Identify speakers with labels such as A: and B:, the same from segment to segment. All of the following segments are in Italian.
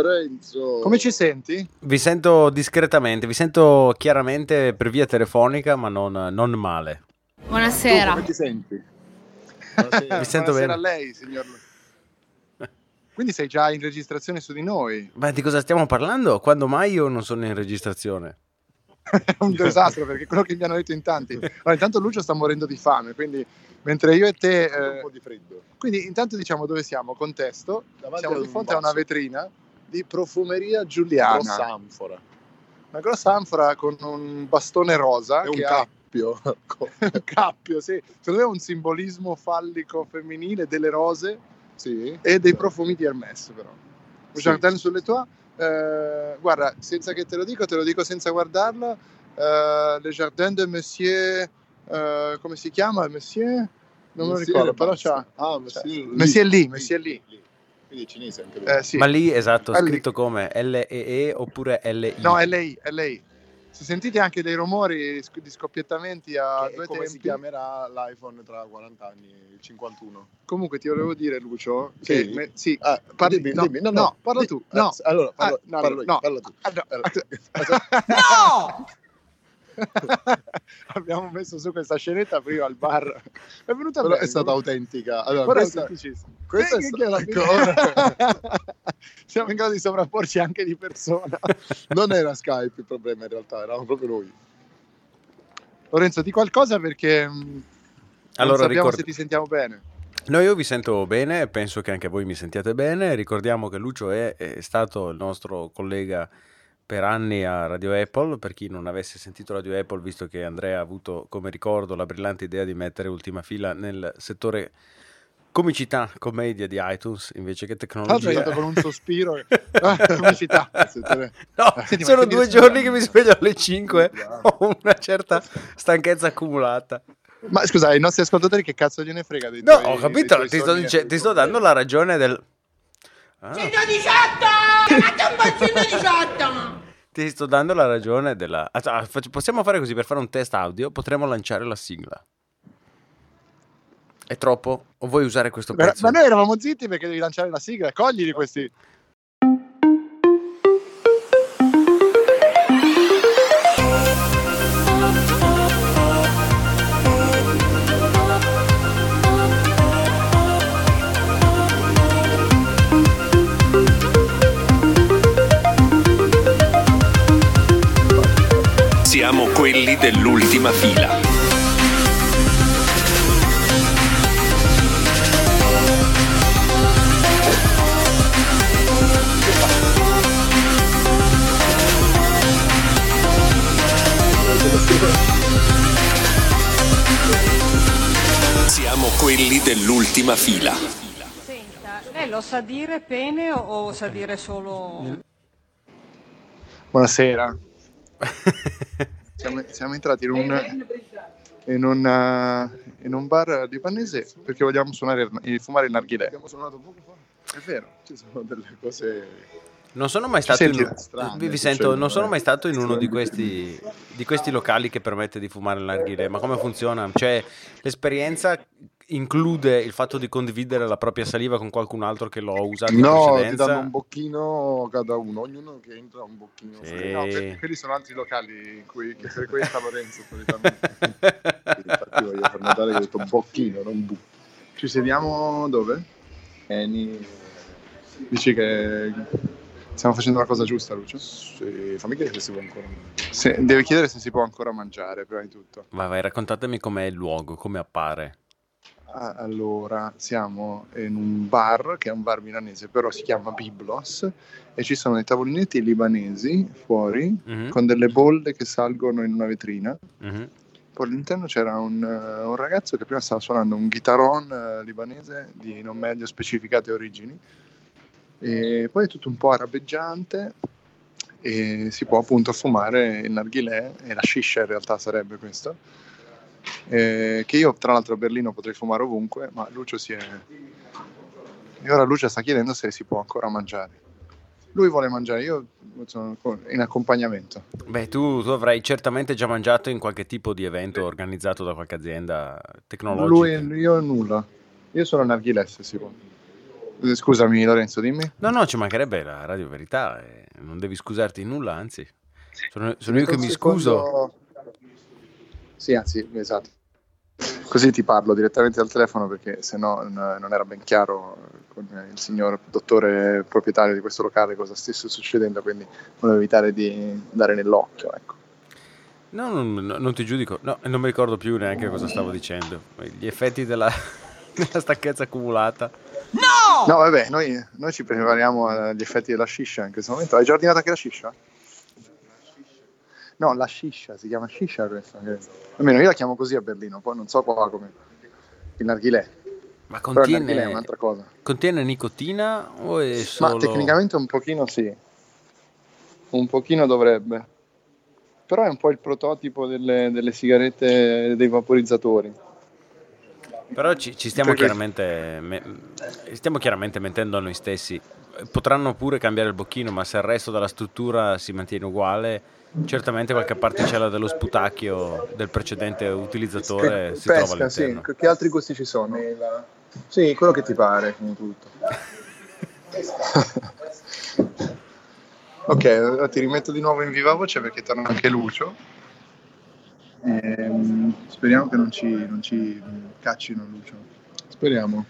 A: Lorenzo.
B: Come ci senti?
C: Vi sento discretamente, vi sento chiaramente per via telefonica, ma non, non male.
A: tu
D: Buonasera.
A: come ti senti?
B: Buonasera.
C: Mi sento
B: Buonasera
C: bene.
B: a lei, signor. Quindi sei già in registrazione su di noi.
C: Ma di cosa stiamo parlando? Quando mai io non sono in registrazione?
B: È un disastro perché è quello che mi hanno detto in tanti. Allora, intanto Lucio sta morendo di fame, quindi mentre io e te.
A: Ho un
B: eh,
A: po' di freddo.
B: quindi intanto diciamo dove siamo, contesto.
A: Davanti
B: siamo
A: ad
B: di
A: un
B: fronte a una
A: vaso
B: vetrina,
A: di profumeria giuliana.
B: Grossa
A: anfora.
B: una grossa anfora con un bastone rosa.
A: È un
B: che ha-
A: cappio. ecco.
B: un cappio, sì. Secondo me è un simbolismo fallico femminile delle rose
A: sì.
B: e dei profumi di Hermès, però.
A: Sì.
B: Jardin sulle tue, eh, guarda, senza che te lo dico, te lo dico senza guardarla, eh, Le Jardin de Monsieur, eh, come si chiama? Monsieur? Non me lo ricordo, però c'ha...
A: Ah, Messi lì.
B: Messi è lì, Messi è lì.
A: Quindi è cinese anche lui.
B: Eh, sì.
C: Ma lì, esatto,
B: Ah, lì.
C: scritto come L-E-E oppure L-I.
B: No, è lei, è lei. Se sentite anche dei rumori sc- di scoppiettamenti a
A: Che è
B: due
A: come
B: tempi,
A: si chiamerà l'iPhone tra 40 anni e 51?
B: comunque ti volevo dire, Lucio,
A: Sì?
B: che me- sì,
A: Ah,
B: Eh, Parli-
A: dimmi,
B: no,
A: dimmi. no,
B: no, parla
A: Di-
B: tu,
A: ah,
B: no.
A: s- allora, parlo,
B: Ah, no,
A: parlo
B: no,
A: io,
B: no.
A: parlo tu.
B: Ah, no.
A: Allora,
B: abbiamo messo su questa scenetta prima al bar. È venuta
A: Però
B: bene, eh.
A: è stata autentica. Allora,
B: Ora è
A: questa,
B: semplicissimo.
A: questa è ecco.
B: Sì,
A: stata...
B: che- che- Siamo in grado di sovrapporci anche di persona.
A: non era Skype il problema in realtà, eravamo proprio noi.
B: Lorenzo, di qualcosa perché mh,
C: Allora,
B: non sappiamo
C: ricordi-
B: se ti sentiamo bene.
C: No, io vi sento bene, penso che anche voi mi sentiate bene. Ricordiamo che Lucio è, è stato il nostro collega per anni a Radio Apple, per chi non avesse sentito Radio Apple, visto che Andrea ha avuto, come ricordo, la brillante idea di mettere ultima fila nel settore comicità, commedia di iTunes, invece che
B: Tra l'altro
C: tecnologia.
B: è stato con un sospiro. Ah, comicità.
C: No,
B: Senti, ma
C: sono
B: che
C: due
B: dire-
C: giorni che mi sveglio alle 5, ho una certa stanchezza accumulata.
B: Ma scusa, ai nostri ascoltatori che cazzo gliene frega dei
C: No,
B: tuoi-
C: ho
B: dei
C: capito,
B: tuoi
C: ti sto,
B: sogni e
C: dice-
B: dei
C: ti sto
B: tuoi
C: dando
B: problemi?
C: la ragione del... Ah.
E: Cioè,
F: 118! Cagate un po' 118!
C: Ti sto dando la ragione della... Ah, ah, fac- Possiamo fare così per fare un test audio, potremmo lanciare la sigla. È troppo? O vuoi usare questo
B: Ma,
C: pezzo?
B: ma noi eravamo zitti perché devi lanciare la sigla, coglili questi.
G: Siamo quelli dell'ultima fila. Siamo quelli dell'ultima fila.
E: Senta, lei lo sa dire pene o, o sa dire solo...
B: Buonasera. siamo, siamo entrati in un, in, un, eh, in un bar libanese perché vogliamo suonare, il- fumare il narghilè.
A: Abbiamo suonato poco fa.
B: È vero.
A: Ci sono delle cose...
C: Non sono mai stato in,
B: senti
C: un-
A: strano,
C: vi- vi
A: ti
C: sento,
A: sento,
C: non sono
A: eh.
C: mai stato in uno di questi, di questi locali che permette di fumare il narghile, ma come funziona? Cioè, l'esperienza include il fatto di condividere la propria saliva con qualcun altro che l'ho usato in
A: No, ti
C: precedenza?
A: danno un bocchino cada uno, ognuno che entra un bocchino.
C: Sì.
A: fresco.
B: No, que- quelli sono altri locali in cui, che frequenta Lorenzo solitamente.
A: Infatti voglio far notare che ho detto bocchino, non bu.
B: Ci sediamo dove?
A: Eni.
B: Dici che stiamo facendo la cosa giusta, Lucio?
A: Sì, fammi chiedere se si può ancora.
B: Se- deve chiedere se si può ancora mangiare, prima di tutto.
C: Vai, vai, raccontatemi com'è il luogo, come appare.
B: Ah, Allora, siamo in un bar che è un bar milanese, però si chiama Biblos e ci sono dei tavolinetti libanesi fuori
A: Mm.
C: Mhm,
B: con delle bolle che salgono in una vetrina.
C: mhm.
B: Poi all'interno c'era un, eh, un ragazzo che prima stava suonando un guitaron eh, libanese di non meglio specificate origini. E poi è tutto un po' arabeggiante e si può appunto fumare il narghilè e la shisha in realtà sarebbe questo. Eh, che io tra l'altro a Berlino potrei fumare ovunque, ma Lucio si è... E ora Lucio sta chiedendo se si può ancora mangiare. Lui vuole mangiare, io sono con- in accompagnamento.
C: Beh, tu, tu avrai certamente già mangiato in qualche tipo di evento organizzato da qualche azienda tecnologica.
B: Lui, io nulla. Io sono narghilè se si può. Eh, Scusami Lorenzo, dimmi.
C: No, no, ci mancherebbe la radio verità, eh, non devi scusarti in nulla, anzi. Sono, sono io che mi scuso.
B: Sì, anzi, esatto. Così ti parlo direttamente dal telefono perché sennò n- non era ben chiaro con il signor dottore proprietario di questo locale cosa stesse succedendo, quindi volevo evitare di dare nell'occhio. Ecco.
C: No, non, no, non ti giudico, no, e non mi ricordo più neanche cosa stavo dicendo. Gli effetti della, della stanchezza accumulata.
B: No, vabbè, noi, noi ci prepariamo agli effetti della sciscia in questo momento. Hai giardinato anche la sciscia? No, la sciscia, si chiama sciscia questa. che- Almeno io la chiamo così a Berlino, poi non so qua come. Il narghilè.
C: Ma
B: Però il narghilè è
C: contiene,
B: un'altra cosa.
C: contiene nicotina o è solo...
B: Ma tecnicamente un pochino sì, un pochino dovrebbe. Però è un po' il prototipo delle, delle sigarette dei vaporizzatori.
C: Però ci, ci stiamo,
B: Perché-
C: chiaramente, me- stiamo chiaramente mentendo a noi stessi. Potranno pure cambiare il bocchino, ma se il resto della struttura si mantiene uguale, certamente qualche particella dello sputacchio del precedente utilizzatore si trova
B: Pesca, sì.
C: all'interno.
B: Che altri gusti ci sono? Eh, Sì, quello che ti pare, come tutto. ok, allora ti rimetto di nuovo in viva voce perché torna anche Lucio. Ehm, speriamo che non ci, non ci mm, caccino Lucio. Speriamo.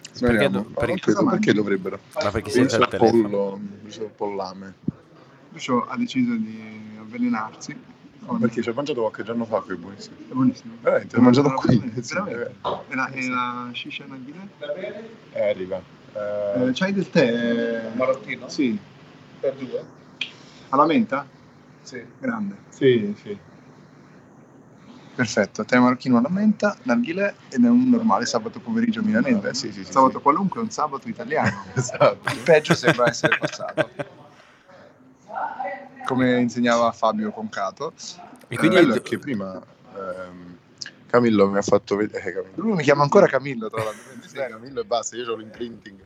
C: do-
B: Speriamo.
C: perché-
B: Ma non so perché dovrebbero?
C: Ma perché senza
A: Lucio
C: il
A: è
C: telefono?
A: pollo, Lucio è pollame.
B: Lucio ha deciso di avvelenarsi.
A: No, perché ci ho mangiato qualche giorno fa qui, buonissimo.
B: È buonissimo.
A: Veramente, l'ho mangiato qui.
B: Veramente. E la, e la shisha narghilè?
A: Eh, arriva. Eh,
B: Eh, c'hai del tè? Marottino? Sì. Per due? Alla menta? Sì. Grande.
A: sì, sì.
B: Perfetto, tè marocchino alla menta, narghilè ed è un normale sabato pomeriggio milanese.
A: Sì, sì, sì,
B: sabato
A: sì.
B: qualunque è un sabato italiano.
A: Esatto.
B: Il peggio sembra essere passato. Come insegnava Fabio Concato.
C: E
A: E
C: quindi
A: quindi
C: hai-
A: che prima ehm, Camillo mi ha fatto vedere. eh, Camillo.
B: Lui mi chiama ancora Camillo, tra l'altro.
A: Sì, Camillo e basta, io ho l'imprinting.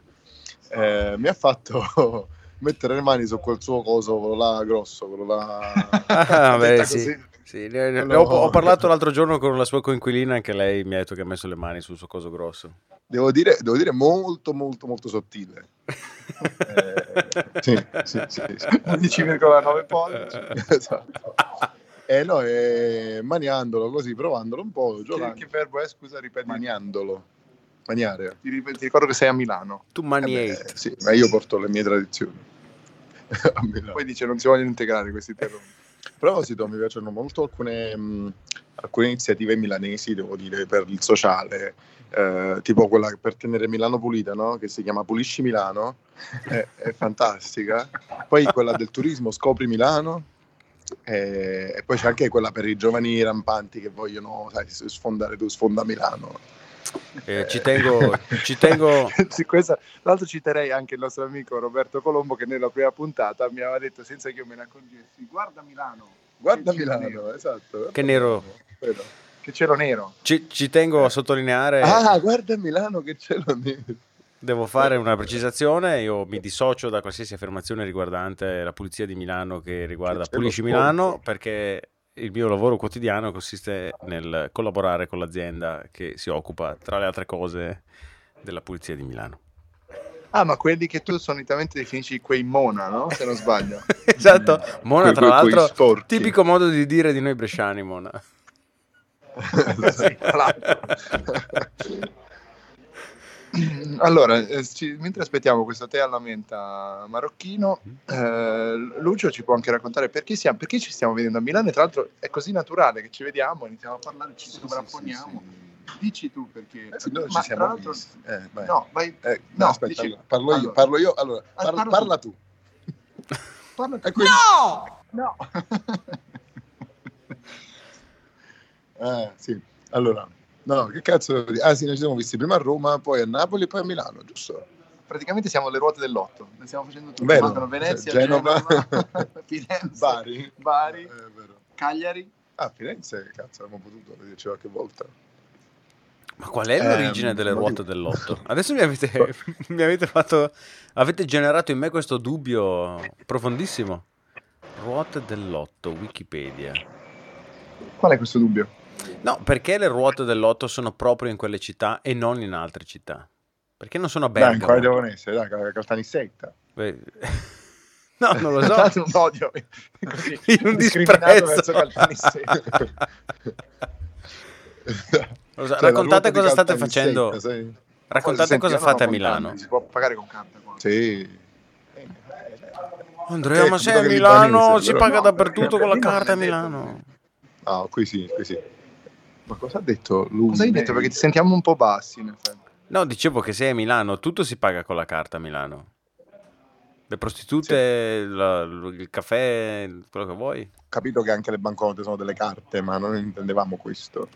A: Eh, mi ha fatto mettere le mani su quel suo coso, quello là grosso, quello là.
C: Ah, beh,
A: Detta
C: sì.
A: così.
C: Sì, ne- ne-
A: Quello-
C: ho, ho parlato l'altro giorno con la sua coinquilina, anche lei mi ha detto che ha messo le mani sul suo coso grosso.
A: Devo dire, devo dire molto, molto, molto sottile. Eh, sì, sì, sì, sì.
B: 11,9 pollici.
C: Eh.
A: esatto. E no, eh, maniandolo così, provandolo un po',
B: Che,
A: giocando.
B: che verbo è, scusa, ripeti.
A: Maniandolo. Maniare.
B: Ti, ripet- ti ricordo che sei a Milano.
C: Tu mani
A: Eh,
C: eight.
A: sì, ma io porto le mie tradizioni. A Milano.
B: Poi dice non si vogliono integrare questi termini.
A: A proposito, mi piacciono molto alcune, mh, alcune iniziative milanesi, devo dire, per il sociale, eh, tipo quella per tenere Milano pulita, no? che si chiama Pulisci Milano, è, è fantastica. Poi quella del turismo, Scopri Milano, eh, e poi c'è anche quella per i giovani rampanti che vogliono sai, sfondare tu, sfonda Milano.
C: Eh, ci tengo, ci tengo...
B: Sì, questa- tra l'altro citerei anche il nostro amico Roberto Colombo che nella prima puntata mi aveva detto senza che io me ne accorgessi, guarda Milano,
A: Guarda
B: Che c'era nero.
A: Milano, esatto.
C: Che nero.
A: Quello.
B: che c'ero nero.
C: Ci, ci tengo a sottolineare...
A: Ah, guarda Milano che cielo nero.
C: Devo fare una precisazione, io mi dissocio da qualsiasi affermazione riguardante la pulizia di Milano che riguarda
A: C'è lo
C: Pulisci
A: sponsor.
C: Milano perché il mio lavoro quotidiano consiste nel collaborare con l'azienda che si occupa, tra le altre cose, della pulizia di Milano.
B: Ah, ma quelli che tu solitamente definisci quei mona, no? Se non sbaglio.
C: esatto, Mona
A: Quei-
C: tra
A: quei- quei
C: l'altro,
A: sporchi.
C: tipico modo di dire di noi bresciani, Mona.
B: Sì, tra l'altro. Allora, eh, ci- mentre aspettiamo questo tè alla menta marocchino, eh, Lucio ci può anche raccontare perché, siamo, perché ci stiamo vedendo a Milano. E tra l'altro è così naturale che ci vediamo, iniziamo a parlare, ci sovrapponiamo. Dici tu perché...
A: Eh, sì, noi
B: Ma
A: ci siamo
B: tra l'altro-
A: visti. Eh, vai.
B: No, vai,
A: Eh,
B: No,
A: no, aspetta,
B: dici-
A: allora, parlo
B: allora.
A: io, parlo io, allora,
B: Ah,
A: par-
B: parla
A: parla tu.
B: parla
A: E quindi-
B: No!
A: Eh, sì. Allora, no, che cazzo devo dire? Ah sì, noi ci siamo visti prima a Roma, poi a Napoli, poi a Milano, giusto?
B: Praticamente siamo le ruote dell'otto, ne stiamo facendo tutto.
A: Vero.
B: Mancano Venezia,
A: Cioè, Genova.
B: Genova, Firenze,
A: Bari.
B: Bari.
A: Eh, è vero.
B: Cagliari.
A: Ah, Firenze, cazzo, avremmo potuto vederci qualche volta.
C: Ma qual è l'origine
A: Ehm,
C: delle
A: ma-
C: ruote dell'otto? Adesso mi avete, mi avete fatto. Avete generato in me questo dubbio profondissimo. Ruote dell'otto, Wikipedia.
B: Qual è questo dubbio?
C: No, perché le ruote dell'otto sono proprio in quelle città e non in altre città? Perché non sono a
B: Dai,
C: Bergamo?
B: quale devono essere? Dai, Cal- Caltanissetta.
C: Beh, no, non lo so.
B: Tanto un odio così,
C: In un
B: indiscriminato
C: disprezzo.
B: verso Caltanissetta.
C: Non lo so,
B: Cioè, la
C: raccontate
B: ruota di
C: cosa
B: Caltanissetta,
C: state facendo.
B: sai?
C: Raccontate
B: Senti,
C: cosa
B: io non ho
C: fate a
B: contanti,
C: Milano.
B: Si può pagare con carta. qua.
A: Sì. Eh,
C: Andrea,
A: Ecco,
B: Eh,
C: ma
B: capito
C: sei a
B: che
C: Milano
B: libanese,
C: si
B: allora.
C: paga
B: No,
C: dappertutto
B: perché
C: con la
B: a Milano
C: carta a
B: è detto.
C: Milano.
A: Ah, qui sì, qui sì.
B: Ma cosa ha detto
A: lui?
B: Cosa hai detto? Perché ti sentiamo un po' bassi. in effetti.
C: No, dicevo che sei a Milano, tutto si paga con la carta a Milano. Le prostitute, la- il caffè, quello che vuoi.
A: Capito che anche le banconote sono delle carte, ma non intendevamo questo.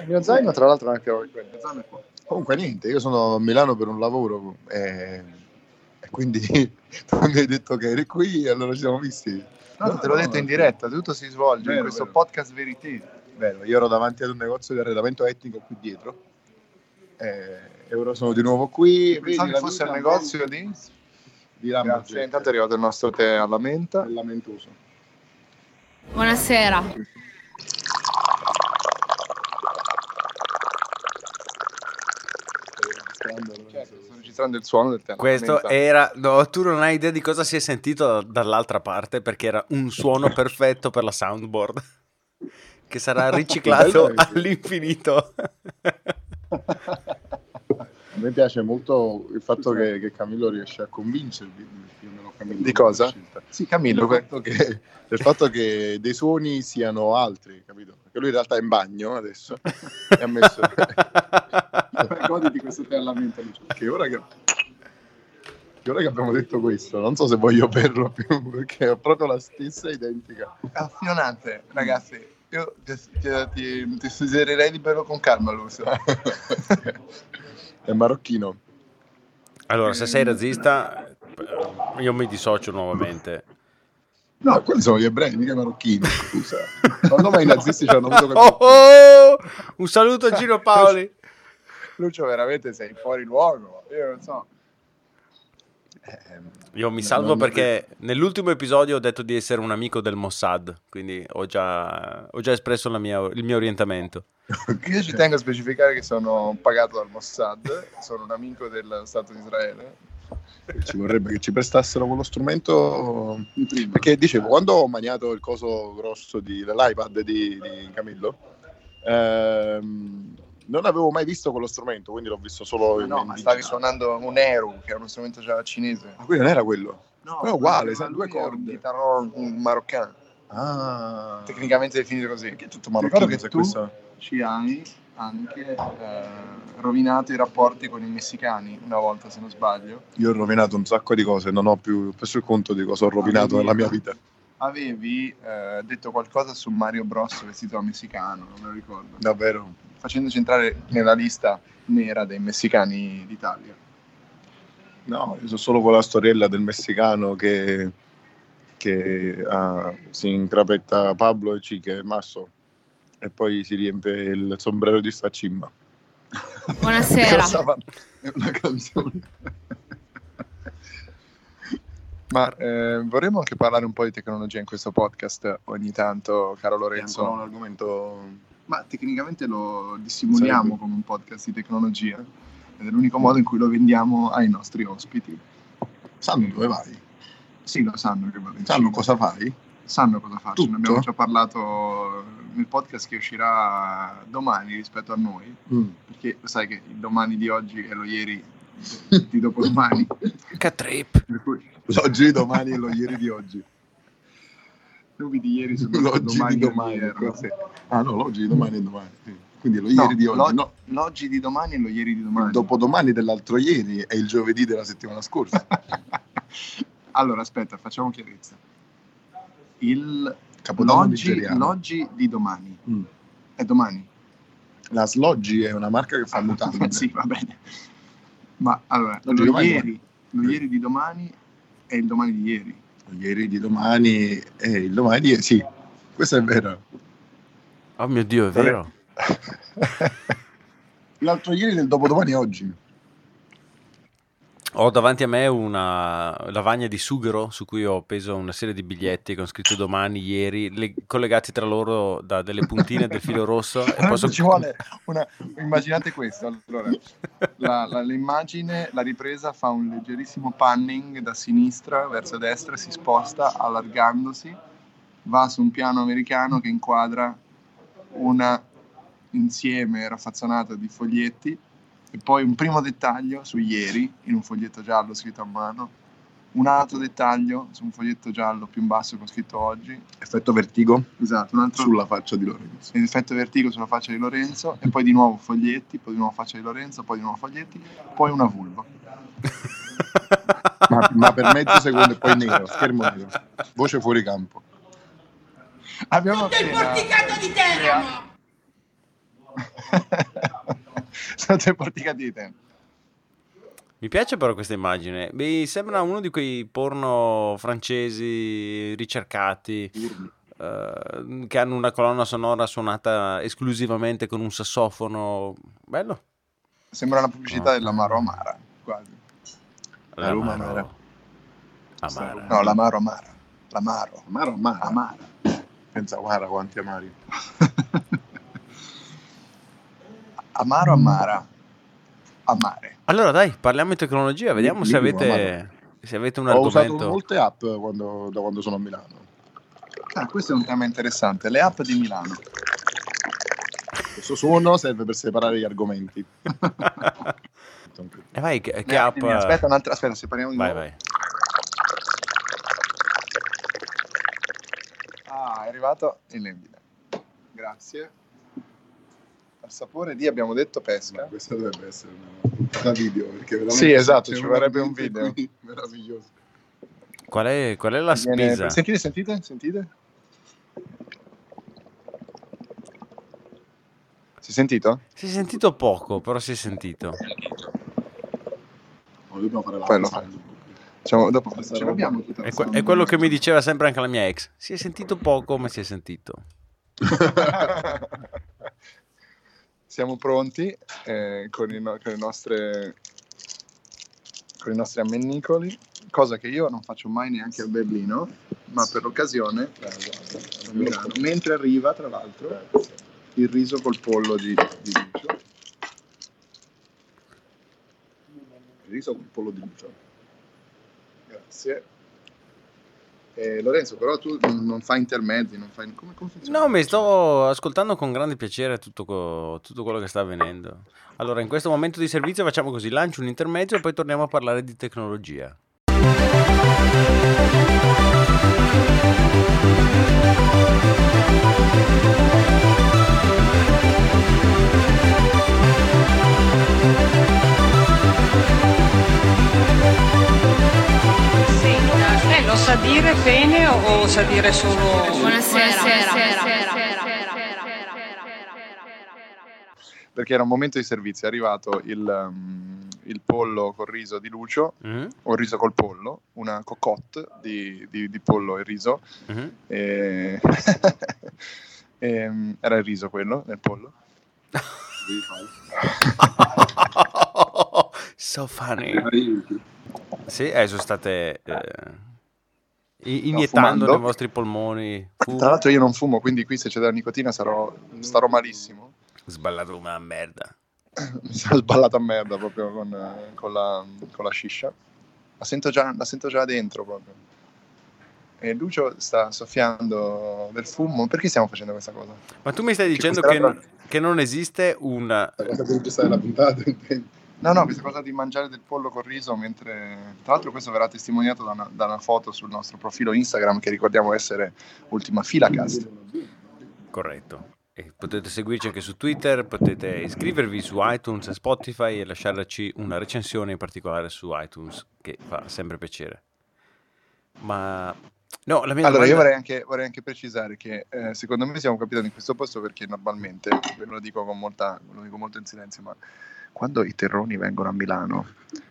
B: Il mio zaino, tra l'altro, anche oggi. Il mio zaino è qua.
A: Comunque niente, io sono a Milano per un lavoro e, e quindi tu mi hai detto che eri qui e allora ci siamo visti.
B: No, te l'ho
A: no,
B: detto
A: no.
B: in diretta, tutto si svolge in
A: Vero,
B: questo
A: vero.
B: podcast verité.
A: Bello, io ero davanti ad un negozio di arredamento etnico qui dietro e, e ora sono di nuovo qui. Vedi,
B: Pensavo che
A: la
B: fosse il
A: vita
B: negozio di...
A: di Lamborghini.
B: Grazie, intanto è arrivato il nostro tè alla menta.
A: È lamentoso.
D: Buonasera.
A: Certo,
B: Certo, Sto registrando il suono del tè alla
C: Questo
B: menta.
C: era. No, tu non hai idea di cosa si è sentito dall'altra parte perché era un suono perfetto per la soundboard che sarà riciclato
A: Bello, eh.
C: all'infinito.
A: A me piace molto il fatto che, che Camillo riesce a convincervi. io non ho Camillo
B: Di cosa?
A: come scelta.
B: Sì,
A: Del
B: Camillo, que-
A: fatto, che, del fatto che dei suoni siano altri, capito? Perché lui in realtà è in bagno adesso e ha messo... Goditi questo te alla mente, Lucio. Che ora che... che ora che abbiamo detto questo, non so se voglio berlo più, perché ho proprio la stessa identica.
B: è
A: Mm.
B: affionante, ragazzi. Io ti, ti- ti- ti suggerirei di berlo con calma, Lucio.
A: È marocchino.
C: Allora, se sei razzista, eh, io mi dissocio nuovamente.
A: No, quelli sono gli ebrei, mica i marocchini, scusa. Quando mai i nazisti ci hanno avuto Cioè,
C: Oh, oh! Un saluto a Gino Paoli.
B: Lucio, veramente sei fuori luogo. Io non so.
C: Io mi
A: Eh, No,
C: salvo
A: non-
C: perché nell'ultimo episodio ho detto di essere un amico del Mossad, quindi ho già, ho già espresso la mia- il mio orientamento.
B: Io ci tengo a specificare che sono pagato dal Mossad, sono un amico del Stato di Israele.
A: ci vorrebbe che ci prestassero quello strumento perché dicevo quando ho maniato il coso grosso di, dell'iPad di, di Camillo ehm, non avevo mai visto quello strumento quindi l'ho visto solo in,
B: No,
A: in
B: ma stavi
A: digitale.
B: suonando un Eru, che è uno strumento già cinese.
A: ma quello non era quello
B: No,
A: Però è uguale, sono due
B: Un
A: corde.
B: chitarrone maroccano,
A: ah
B: tecnicamente definito così.
A: perché è tutto marocchino
B: Ricordo che
A: se
B: tu-
A: questo-
B: ci hai anche eh, rovinato i rapporti con i messicani una volta, se non sbaglio.
A: io ho rovinato un sacco di cose non ho più perso il conto di cosa ho rovinato
B: Ah,
A: nella
B: vedi.
A: mia vita
B: Avevi eh, detto qualcosa su Mario Bros vestito da messicano, non me lo ricordo,
A: davvero
B: facendoci entrare nella lista nera dei messicani d'Italia.
A: No, io so solo quella storiella del messicano che, che, ah, si incrapetta Pablo e Ciche e Masso e poi si riempie il sombrero di Sfacimba.
D: Buonasera.
A: È una canzone.
B: Ma eh, vorremmo anche parlare un po' di tecnologia in questo podcast ogni tanto, caro
A: È
B: Lorenzo.
A: ancora un argomento...
B: Ma tecnicamente lo dissimuliamo
A: Sarebbe-
B: come un podcast di tecnologia. Ed è l'unico modo in cui lo vendiamo ai nostri ospiti.
A: Sanno dove vai?
B: Sì, lo sanno che vado in
A: Sanno
B: Cina.
A: cosa fai?
B: sanno cosa faccio.
A: Tutto?
B: Ne abbiamo già parlato nel podcast che uscirà domani rispetto a noi,
A: Mm.
B: perché lo sai che il domani di oggi è lo ieri di dopodomani.
C: Catrip.
B: per cui
A: L'oggi di domani e lo ieri di oggi.
B: nubi di ieri sono
A: L'oggi
B: domani
A: di
B: del
A: domani.
B: ieri.
A: così. Ah no, l'oggi di domani e domani. sì. Quindi lo
B: No,
A: ieri di oggi.
B: l'og-
A: No,
B: L'oggi di domani e lo ieri di
A: il
B: domani.
A: dopodomani dell'altro ieri è il giovedì della settimana scorsa.
B: allora, aspetta, facciamo chiarezza. Il...
A: Capodanno
B: L'oggi,
A: nigeriano.
B: l'oggi di domani
A: Mm.
B: è domani.
A: La Sloggi è una marca che fa mutande.
B: Ah, sì, va bene. Ma allora,
A: L'oggi di
B: lo
A: domani è
B: ieri, lo ieri di domani è il domani di ieri.
A: Ieri di domani e il domani di sì. Questo è vero.
C: Oh mio Dio, è
A: Vabbè.
C: vero.
A: L'altro ieri del dopodomani è oggi.
C: Ho davanti a me una lavagna di sughero su cui ho appeso una serie di biglietti con scritto domani, ieri, le- collegati tra loro da delle puntine del filo rosso. E posso...
B: Ci vuole una- Immaginate questo, allora, la- la- l'immagine, la ripresa fa un leggerissimo panning da sinistra verso destra, si sposta allargandosi, va su un piano americano che inquadra una insieme raffazzonato di foglietti e poi un primo dettaglio su ieri in un foglietto giallo scritto a mano, un altro dettaglio su un foglietto giallo più in basso con scritto oggi,
A: Effetto vertigo
B: esatto, un altro
A: sulla faccia di Lorenzo.
B: effetto vertigo sulla faccia di Lorenzo e poi di nuovo foglietti, poi di nuovo faccia di Lorenzo, poi di nuovo foglietti, poi una vulva.
A: Ma, ma per mezzo secondo e poi nero, schermo nero. Voce fuori campo.
B: Abbiamo
F: Tutto il
B: appena
F: porticato di Teramo!
B: State porticati di tempo.
C: Mi piace però questa immagine. Mi sembra uno di quei porno francesi ricercati eh, che hanno una colonna sonora suonata esclusivamente con un sassofono. Bello.
B: Sembra la pubblicità
A: Ah.
B: dell'Amaro Amara, quasi.
A: La Roma amara.
C: Amara.
B: No, l'Amaro Amara. L'Amaro.
A: Amaro, amaro.
B: Amara.
A: Pensa, guarda quanti amari.
B: Amaro Amara. Amare.
C: Allora dai, parliamo di tecnologia, vediamo se
A: Minimo,
C: avete, se avete un
A: Ho usato
C: argomento.
A: molte app quando- da quando sono a Milano.
B: Ah, questo è un tema interessante. Le app di Milano.
A: Questo suono serve per separare gli argomenti.
C: E vai, che, che
B: Le
C: app?
B: di Milano. Aspetta, un'altra, aspetta, se parliamo di
C: Vai,
B: nuovo.
C: vai.
B: Ah, è arrivato il Nebile. Grazie. Al sapore di abbiamo detto pesca.
A: Questa dovrebbe essere una puntata video. Perché veramente
B: Sì, esatto,
A: c'è
B: ci vorrebbe un
A: ambiente
B: video.
A: qui Meraviglioso.
C: Qual è, qual è la
B: Viene-
C: spesa?
B: Sentite, sentite, sentite. Si è sentito?
C: Si è sentito poco, però si è sentito.
A: No, dobbiamo fare la
B: Poi lo Facciamo- dopo
A: Questa
B: ce
A: roba.
B: l'abbiamo tutta.
C: È, que- è quello che mi diceva sempre anche la mia ex. Si è sentito poco, ma si è sentito.
B: Siamo pronti eh, con, i no- con le nostre, con i nostri ammennicoli, cosa che io non faccio mai neanche a Berlino, ma per l'occasione a Milano. Mentre arriva, tra l'altro, il riso col pollo di, di Lucio.
A: Il riso col pollo di lucio.
B: Grazie. Eh, Lorenzo, però tu non, non fai intermezzi, non fai... Come, come funziona?
C: No, mi sto ascoltando con grande piacere tutto, co- tutto quello che sta avvenendo. Allora, in questo momento di servizio facciamo così, lancio un intermezzo e poi torniamo a parlare di tecnologia.
E: Senta, lei lo sa dire bene o o sa dire solo...
D: Buonasera.
B: Perché era un momento di servizio, è arrivato il, um, il pollo col riso di Lucio,
C: Mhm,
B: o il riso col pollo, una cocotte di, di- di pollo e riso.
C: mhm.
B: E- Ehm, era il riso quello, nel pollo.
C: so funny. Sì, adesso state eh, i- iniettando
B: fumando.
C: nei vostri polmoni. Fumo.
B: Tra l'altro io non fumo, quindi qui se c'è della nicotina sarò, starò malissimo.
C: Sballato come una merda.
B: mi sono sballato a merda proprio con, eh, con la, con la sciscia. La sento, già, la sento già dentro proprio. E Lucio sta soffiando del fumo. Perché stiamo facendo questa cosa?
C: Ma tu mi stai
B: Che
C: dicendo
B: questa
C: che,
B: era-
C: che non esiste una...
A: La cosa per gestire la puntata, intendi?
B: No, no, questa cosa di mangiare del pollo col riso mentre... Tra l'altro questo verrà testimoniato da una, da una foto sul nostro profilo Instagram che ricordiamo essere Ultima Fila Cast.
C: Corretto. E potete seguirci anche su Twitter, potete iscrivervi su iTunes e Spotify e lasciarci una recensione in particolare su iTunes che fa sempre piacere. Ma... No, la mia
B: Allora, io
C: domanda-
B: vorrei anche, vorrei anche precisare che eh, secondo me siamo capitati in questo posto perché normalmente, ve lo dico, con molta, ve lo dico molto in silenzio, ma quando i terroni vengono a Milano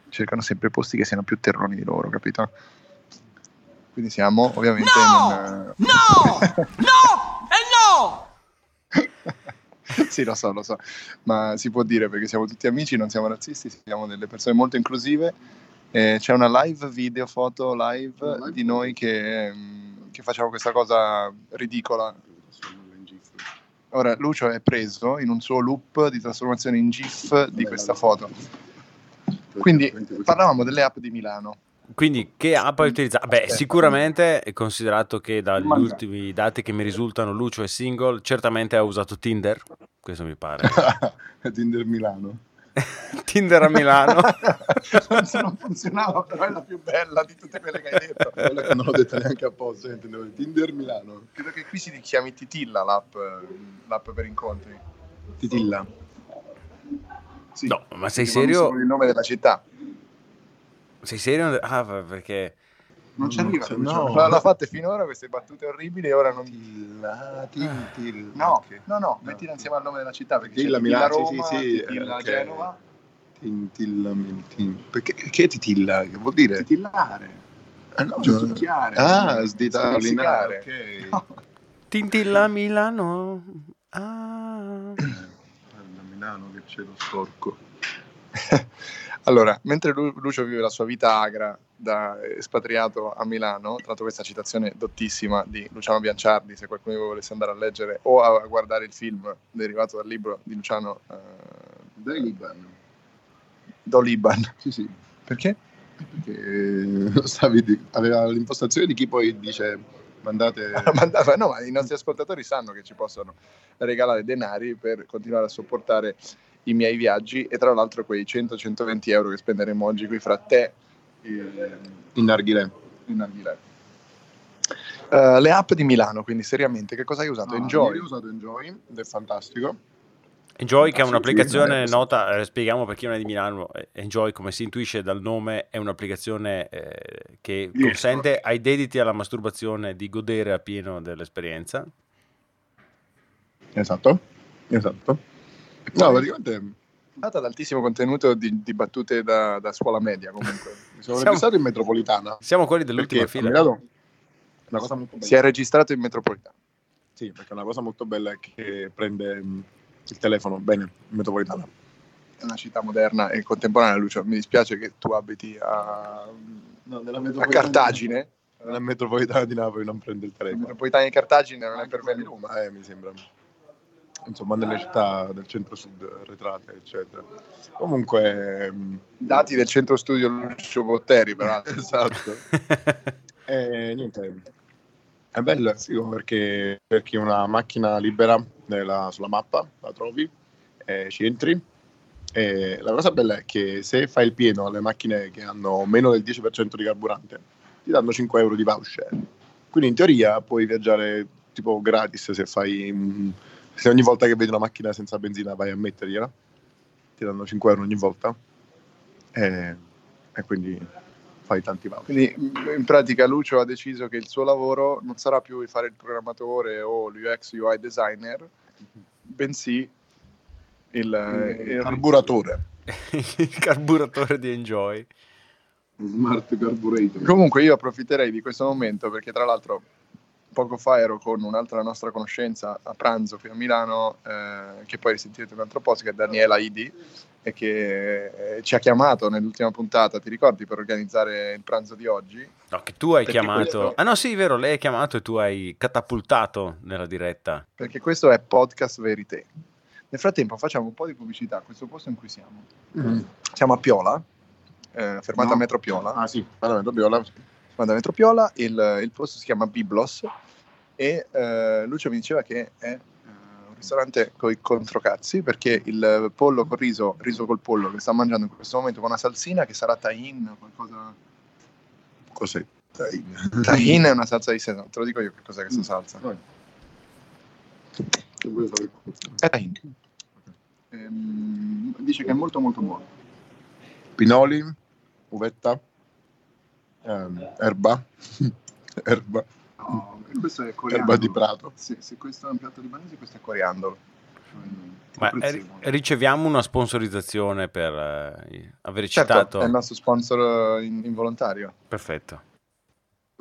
B: cercano sempre posti che siano più terroni di loro, capito? Quindi siamo ovviamente
F: No!
B: in...
F: No! No! E no!
B: eh, sì, lo so, lo so, ma si può dire perché siamo tutti amici, non siamo razzisti, siamo delle persone molto inclusive Eh, c'è una live video, foto live
A: Una live
B: di noi che, ehm, che facciamo questa cosa ridicola. Ora, Lucio è preso in un suo loop di trasformazione in GIF di questa foto. Quindi parlavamo delle app di Milano.
C: Quindi che app hai utilizzato? Beh,
B: Aspetta.
C: sicuramente, considerato che dagli
B: Manca.
C: ultimi dati che mi risultano Lucio è single, certamente ha usato Tinder, questo mi pare.
B: Tinder Milano.
C: Tinder a Milano.
B: Se non funzionava, però è la più bella di tutte quelle che hai detto.
A: Quella che non l'ho detta neanche apposta, intendevo di Tinder Milano.
B: Credo che qui si chiami Titilla l'app, l'app per incontri.
A: Titilla.
B: Sì.
C: No, ma sei
B: Tipo, non so
C: serio?
B: Il nome della città.
C: Sei serio? Ah, va- perché...
B: Non ci
A: Non
B: arriva.
A: so,
B: Lucio.
A: no.
B: La- l'ha fatte finora queste battute orribili e ora non...
A: Titilla, Titilla.
B: No, no, no, mettila insieme al nome della città perché
A: Titilla,
B: c'è Titilla
A: Milano, sì,
B: Roma,
A: sì, sì,
B: Titilla
A: ok.
B: Genova.
A: Tintilla, mintin- Perché che è titilla? Che vuol dire?
B: Titillare.
A: Ah, no,
B: Giochicchiare.
A: Ah, sditarlinare.
B: Masticare.
A: ok.
C: Tintilla a Milano. Ah.
A: Guarda, Milano che c'è lo sporco.
B: allora, mentre Lu- Lucio vive la sua vita agra da espatriato a Milano, tra l'altro questa citazione dottissima di Luciano Bianciardi, se qualcuno di voi volesse andare a leggere o a guardare il film derivato dal libro di Luciano eh,
A: Dai Liban.
B: Doliban.
A: Sì, sì.
B: Perché?
A: Perché eh, stavi di- aveva l'impostazione di chi poi dice mandate...
B: Mandava- no, ma i nostri ascoltatori sanno che ci possono regalare denari per continuare a sopportare i miei viaggi e tra l'altro quei 100-120 euro che spenderemo oggi qui fra te e,
A: in narghilè.
B: in Alghilè. Eh, le app di Milano, quindi seriamente, che cosa hai usato?
A: Ah,
B: Enjoy.
A: ieri ho usato Enjoy, ed è fantastico.
C: Enjoy che è
A: Ah, Sì,
C: un'applicazione
A: sì,
C: nota, eh, spieghiamo per chi non è di Milano, eh, Enjoy come si intuisce dal nome è un'applicazione eh, che
A: Yes.
C: consente ai dediti alla masturbazione di godere appieno dell'esperienza.
A: Esatto, esatto. No, praticamente
B: Data ad altissimo contenuto di, di battute da, da scuola media comunque.
A: mi sono
C: Siamo-
A: registrato in metropolitana.
C: Siamo quelli
A: Perché
C: dell'ultima
A: a
C: fila.
A: Milano una cosa molto bella.
B: si è registrato in metropolitana.
A: Sì, perché una cosa molto bella è che prende mh, il telefono bene in metropolitana.
B: È una città moderna e contemporanea, Lucio. Mi dispiace che tu abiti a,
A: No, nella
B: a Cartagine.
A: Nella metropolitana di Napoli non prende il
B: La
A: telefono.
B: metropolitana di Cartagine non è per me
A: di Roma, eh, mi sembra. Insomma, nelle città del centro-sud arretrate, eccetera. Comunque, mm, mh,
B: Dati del centro studio Lucio Botteri, peraltro.
A: esatto. E Eh, niente, è bello sì, perché perché una macchina libera nella- sulla mappa, la trovi, eh, ci entri. E la cosa bella è che se fai il pieno alle macchine che hanno meno del 10% di carburante, ti danno 5 euro di voucher. Quindi in teoria puoi viaggiare tipo gratis se fai... mm, se ogni volta che vedi una macchina senza benzina vai a mettergliela, ti danno 5 euro ogni volta. E, e quindi fai tanti voucher.
B: Quindi m- in pratica Lucio ha deciso che il suo lavoro non sarà più fare il programmatore o l'UX UI designer, bensì il,
A: Eh,
B: il
A: carburatore.
C: Il carburatore di Enjoy.
A: Smart Carburatore.
B: Comunque io approfitterei di questo momento perché tra l'altro poco fa ero con un'altra nostra conoscenza a pranzo qui a Milano eh, che poi risentirete in un altro posto che è Daniela Idi e che eh, ci ha chiamato nell'ultima puntata, ti ricordi, per organizzare il pranzo di oggi?
C: No, che tu hai
B: Perché
C: chiamato.
B: questo-
C: Ah no, sì, è vero, lei ha chiamato e tu hai catapultato nella diretta.
B: Perché questo è Podcast Verité. Nel frattempo facciamo un po' di pubblicità a questo posto in cui siamo. Siamo a Piola, eh, fermata
A: No.
B: a Metro Piola.
A: Ah sì, veramente Viola.
B: Vado a Metropiola, il, il posto si chiama Biblos e eh, Lucio mi diceva che è eh, un ristorante con i controcazzi perché il pollo col riso, riso col pollo che sta mangiando in questo momento con una salsina che sarà tahin, qualcosa...
A: Cos'è? Dai.
B: Tahin è una salsa di sesamo, te lo dico io che cos'è
A: Mm.
B: questa salsa. È tahin. Ehm, dice che è molto molto buono.
A: Pinoli, uvetta, ehm, erba, erba,
B: No, questo è
A: erba di prato.
B: Se, questo è un piatto libanese, questo è coriandolo.
C: Ma eh, riceviamo una sponsorizzazione per eh, aver
B: Certo,
C: citato.
B: è il nostro sponsor eh, in- involontario.
C: Perfetto.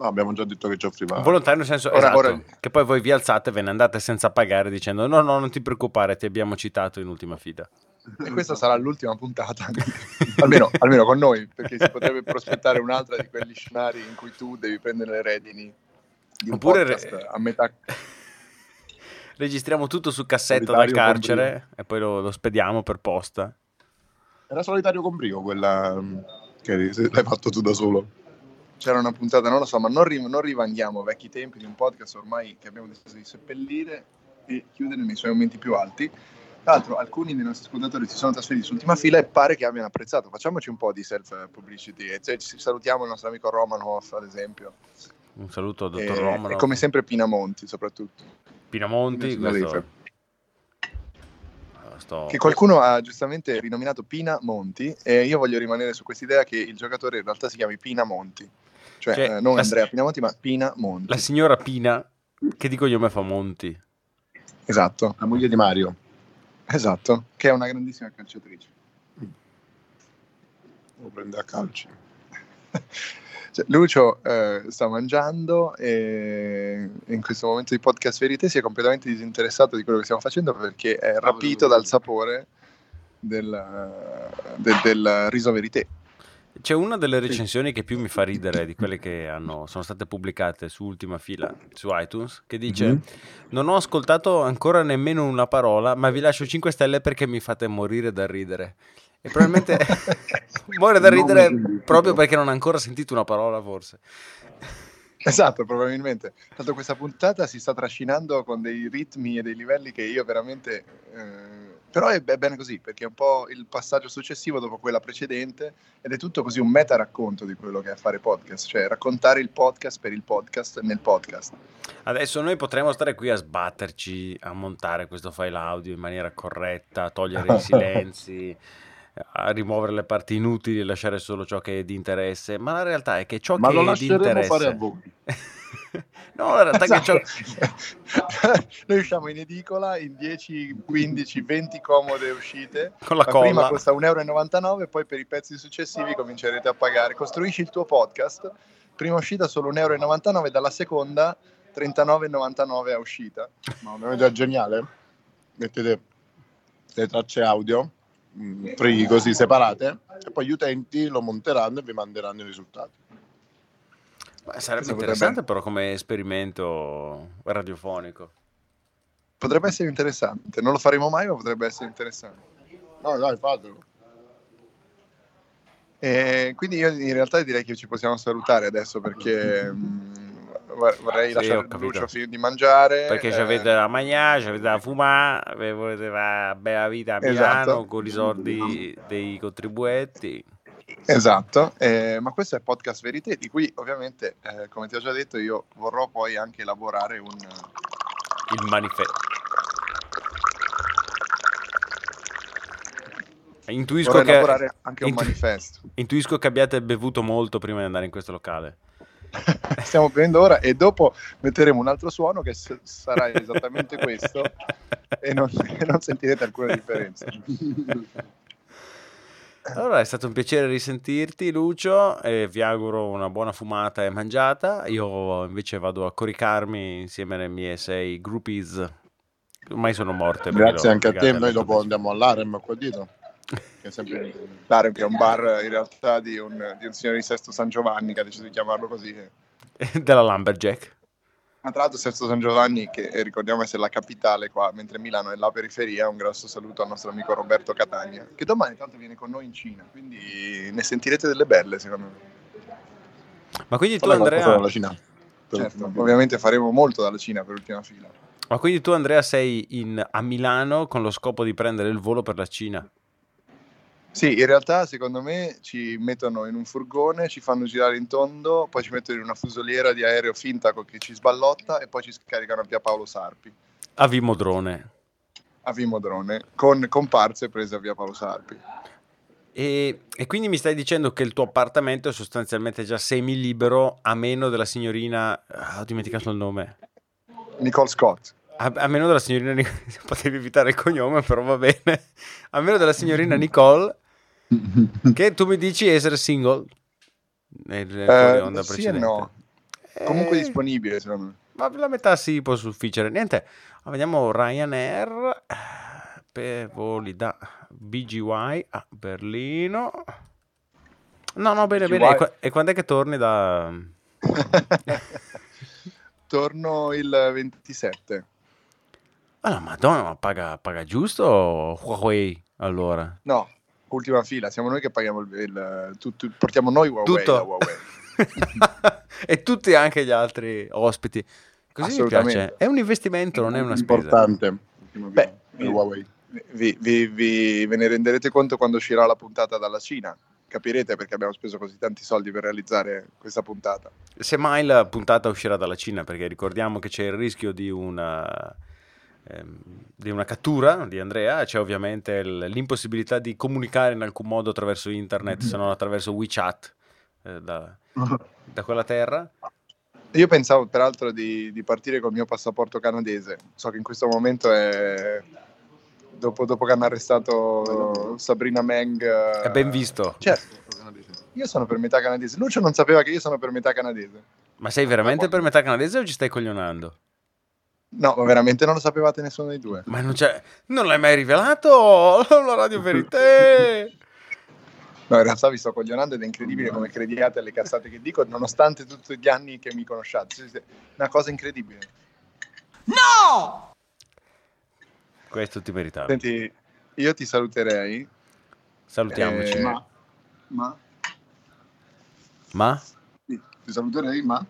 A: No, abbiamo già detto che Geoffrey va.
C: Volontario nel senso
B: Ah. Ora-
C: esatto,
B: ora-
C: che poi voi vi alzate e ve ne andate senza pagare dicendo no no non ti preoccupare ti abbiamo citato in ultima fila.
B: E
A: Esatto.
B: questa sarà l'ultima puntata, almeno, almeno con noi, perché si potrebbe prospettare un'altra di quegli scenari in cui tu devi prendere le redini di un
C: Oppure re-
B: podcast a metà.
C: Registriamo tutto su cassetta dal
B: Solitario
C: carcere e poi lo, lo spediamo per posta.
A: Era solitario con Brio quella mm, che se- l'hai fatto tu da solo.
B: C'era una puntata, non lo so, ma non, ri- non rivanghiamo vecchi tempi di un podcast ormai che abbiamo deciso di seppellire e chiudere nei suoi momenti più alti. Tra l'altro alcuni dei nostri ascoltatori si sono trasferiti sull'ultima fila e pare che abbiano apprezzato. Facciamoci un po' di self-publicity. E cioè, ci salutiamo il nostro amico Romanhoff, ad esempio.
C: Un saluto al
B: E,
C: dottor Romano.
B: Eh, e come sempre Pinamonti, soprattutto.
C: Pinamonti,
B: come si
C: questo... Sto...
B: Che qualcuno ha giustamente rinominato Pina Monti e io voglio rimanere su quest'idea che il giocatore in realtà si chiami Pina Monti. Cioè,
C: Cioè,
B: eh, non
C: la-
B: Andrea Pina Monti, ma Pina Monti.
C: La signora Pina, che dico io me fa Monti.
B: Esatto,
A: La moglie di Mario.
B: esatto. Che è una grandissima calciatrice.
A: Lo prende a calci.
B: Cioè, Lucio eh, sta mangiando e in questo momento di podcast verite si è completamente disinteressato di quello che stiamo facendo perché è rapito dal sapore del, del- del riso verité.
C: C'è una delle recensioni che più mi fa ridere di quelle che hanno- sono state pubblicate su Ultima Fila su iTunes che dice
A: Mhm.
C: non ho ascoltato ancora nemmeno una parola ma vi lascio 5 stelle perché mi fate morire da ridere e probabilmente muore da
A: Il nome
C: ridere
A: del libro.
C: proprio perché non ha ancora sentito una parola forse
B: Esatto, probabilmente. Tanto questa puntata si sta trascinando con dei ritmi e dei livelli che io veramente... eh, però è, è bene così, perché è un po' il passaggio successivo dopo quella precedente ed è tutto così un meta racconto di quello che è fare podcast, cioè raccontare il podcast per il podcast nel podcast.
C: adesso noi potremmo stare qui a sbatterci a montare questo file audio in maniera corretta a togliere i silenzi a rimuovere le parti inutili e lasciare solo ciò che è di interesse ma la realtà è che ciò
A: Ma
C: che
A: lo
C: è di
A: lasceremo
C: interesse
A: fare a voi.
C: no, la realtà è che ciò...
B: Esatto. Noi usciamo in edicola in 10, 15, 20 comode uscite.
C: con la
B: Ma prima
C: colla.
B: costa 1,99 euro, poi per i pezzi successivi comincerete a pagare. Costruisci il tuo podcast, prima uscita solo 1,99 euro, dalla seconda 39,99 a uscita.
A: Ma un'idea geniale. Mettete le tracce audio mm, free così separate e poi gli utenti lo monteranno e vi manderanno i risultati.
C: Beh, sarebbe
B: Questo potrebbe-
C: interessante però come esperimento radiofonico.
B: Potrebbe essere interessante, non lo faremo mai, ma potrebbe essere interessante.
A: No, dai, fatelo.
B: E quindi io in realtà direi che ci possiamo salutare adesso perché mh, vor- vorrei
C: Sì, ho
B: lasciare
C: capito.
B: Lucio finire di mangiare.
C: Perché
B: eh,
C: ci avete da mangiare, ci avete da fumare, vi volete la bella vita a Milano
B: Esatto.
C: con i soldi dei contribuenti.
B: Esatto, eh, ma questo è Podcast Verité, di cui ovviamente, eh, come ti ho già detto, io vorrò poi anche elaborare un...
C: Il manifesto. Intuisco
B: vorrei
C: che,
B: elaborare anche un
C: intu-
B: manifesto.
C: intuisco che abbiate bevuto molto prima di andare in questo locale.
B: Stiamo bevendo ora e dopo metteremo un altro suono che s- sarà esattamente questo e non, e non sentirete alcuna differenza.
C: Allora, è stato un piacere risentirti, Lucio, e vi auguro una buona fumata e mangiata. Io invece vado a coricarmi insieme alle mie sei groupies. Ormai sono morte. perché
A: Grazie
C: l'ho
A: anche a te.
C: fregata
A: Noi
B: certo.
C: alla
A: dopo andiamo all'Arem qua dietro. Che è sempre...
B: L'Arem che è un bar in realtà di un, di un signore di Sesto San Giovanni che ha deciso di chiamarlo così.
C: stessa- Della Lumberjack.
B: Ma tra l'altro Sesto San Giovanni, che eh, ricordiamo essere la capitale qua, mentre Milano è la periferia, un grosso saluto al nostro amico Roberto Catania, che domani tanto viene con noi in Cina, quindi ne sentirete delle belle secondo me.
C: Ma quindi tu,
A: Fai qualcosa
C: Andrea,
A: dalla Cina.
B: Certo, ovviamente faremo molto dalla Cina per ultima fila.
C: ma quindi tu, Andrea, sei in- a Milano con lo scopo di prendere il volo per la Cina.
B: Sì, in realtà secondo me ci mettono in un furgone, ci fanno girare in tondo, poi ci mettono in una fusoliera di aereo finta co- che ci sballotta e poi ci scaricano a via Paolo Sarpi,
C: A Vimodrone.
B: a Vimodrone, con comparse prese a via Paolo Sarpi.
C: E, e quindi mi stai dicendo che il tuo appartamento è sostanzialmente già semilibero a meno della signorina... ah, ho dimenticato il nome.
B: Nicole Scott.
C: A, a meno della signorina Nicole, potevi evitare il cognome, però va bene. A meno della signorina Nicole, che tu mi dici essere single. Nel fuori
B: Eh,
C: onda
B: sì e
C: precedente.
B: no.
C: Eh,
B: Comunque disponibile, secondo me.
C: Ma la metà si può sufficere. Niente, ah, vediamo Ryanair. consapevoli da BGY a Berlino. No, no, bene,
B: BGY.
C: bene. E, qua- e quando è che torni da...
B: Torno il 27.
C: Ah, la madonna, ma paga, paga giusto Huawei, allora?
B: No, ultima fila, siamo noi che paghiamo il, il- tutto- portiamo noi Huawei da Huawei.
C: e tutti anche gli altri ospiti. Così mi piace.
B: Assolutamente.
C: È un investimento, non è una spesa.
A: importante.
B: Beh,
A: il Huawei.
B: Vi, vi- vi- ve ne renderete conto quando uscirà la puntata dalla Cina. Capirete perché abbiamo speso così tanti soldi per realizzare questa puntata.
C: Semmai la puntata uscirà dalla Cina, perché ricordiamo che c'è il rischio di una, ehm, di una cattura di Andrea, c'è ovviamente l- l'impossibilità di comunicare in alcun modo attraverso internet, se non attraverso WeChat eh, da, da quella terra.
B: Io pensavo peraltro di, di partire col mio passaporto canadese. So che in questo momento è. Dopo, dopo che hanno arrestato Sabrina Meng. eh,
C: È ben visto.
B: Certo, io sono per metà canadese. Lucio non sapeva che io sono per metà canadese.
C: Ma sei veramente per metà canadese o ci stai coglionando?
B: No, ma veramente non lo sapevate nessuno dei due.
C: Ma non c'è... Non l'hai mai rivelato? La radio per te!
B: No, in realtà vi sto coglionando ed è incredibile come crediate alle cazzate che dico, nonostante tutti gli anni che mi conosciate. Sì, sì, è Una cosa incredibile.
C: Questo ti meritavi.
B: Senti, io ti saluterei.
C: Salutiamoci.
B: eh,
A: Ma, ma
C: Ma?
A: sì, ti saluterei, ma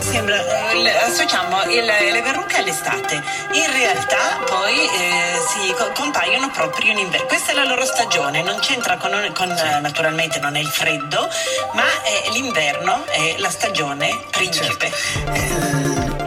H: Sembra, eh, le- associamo il- le verruche all'estate, in realtà poi eh, si co- compaiono proprio in inverno. Questa è la loro stagione, non c'entra con, con, eh, naturalmente non è il freddo, ma eh, l'inverno è la stagione principe. Eh,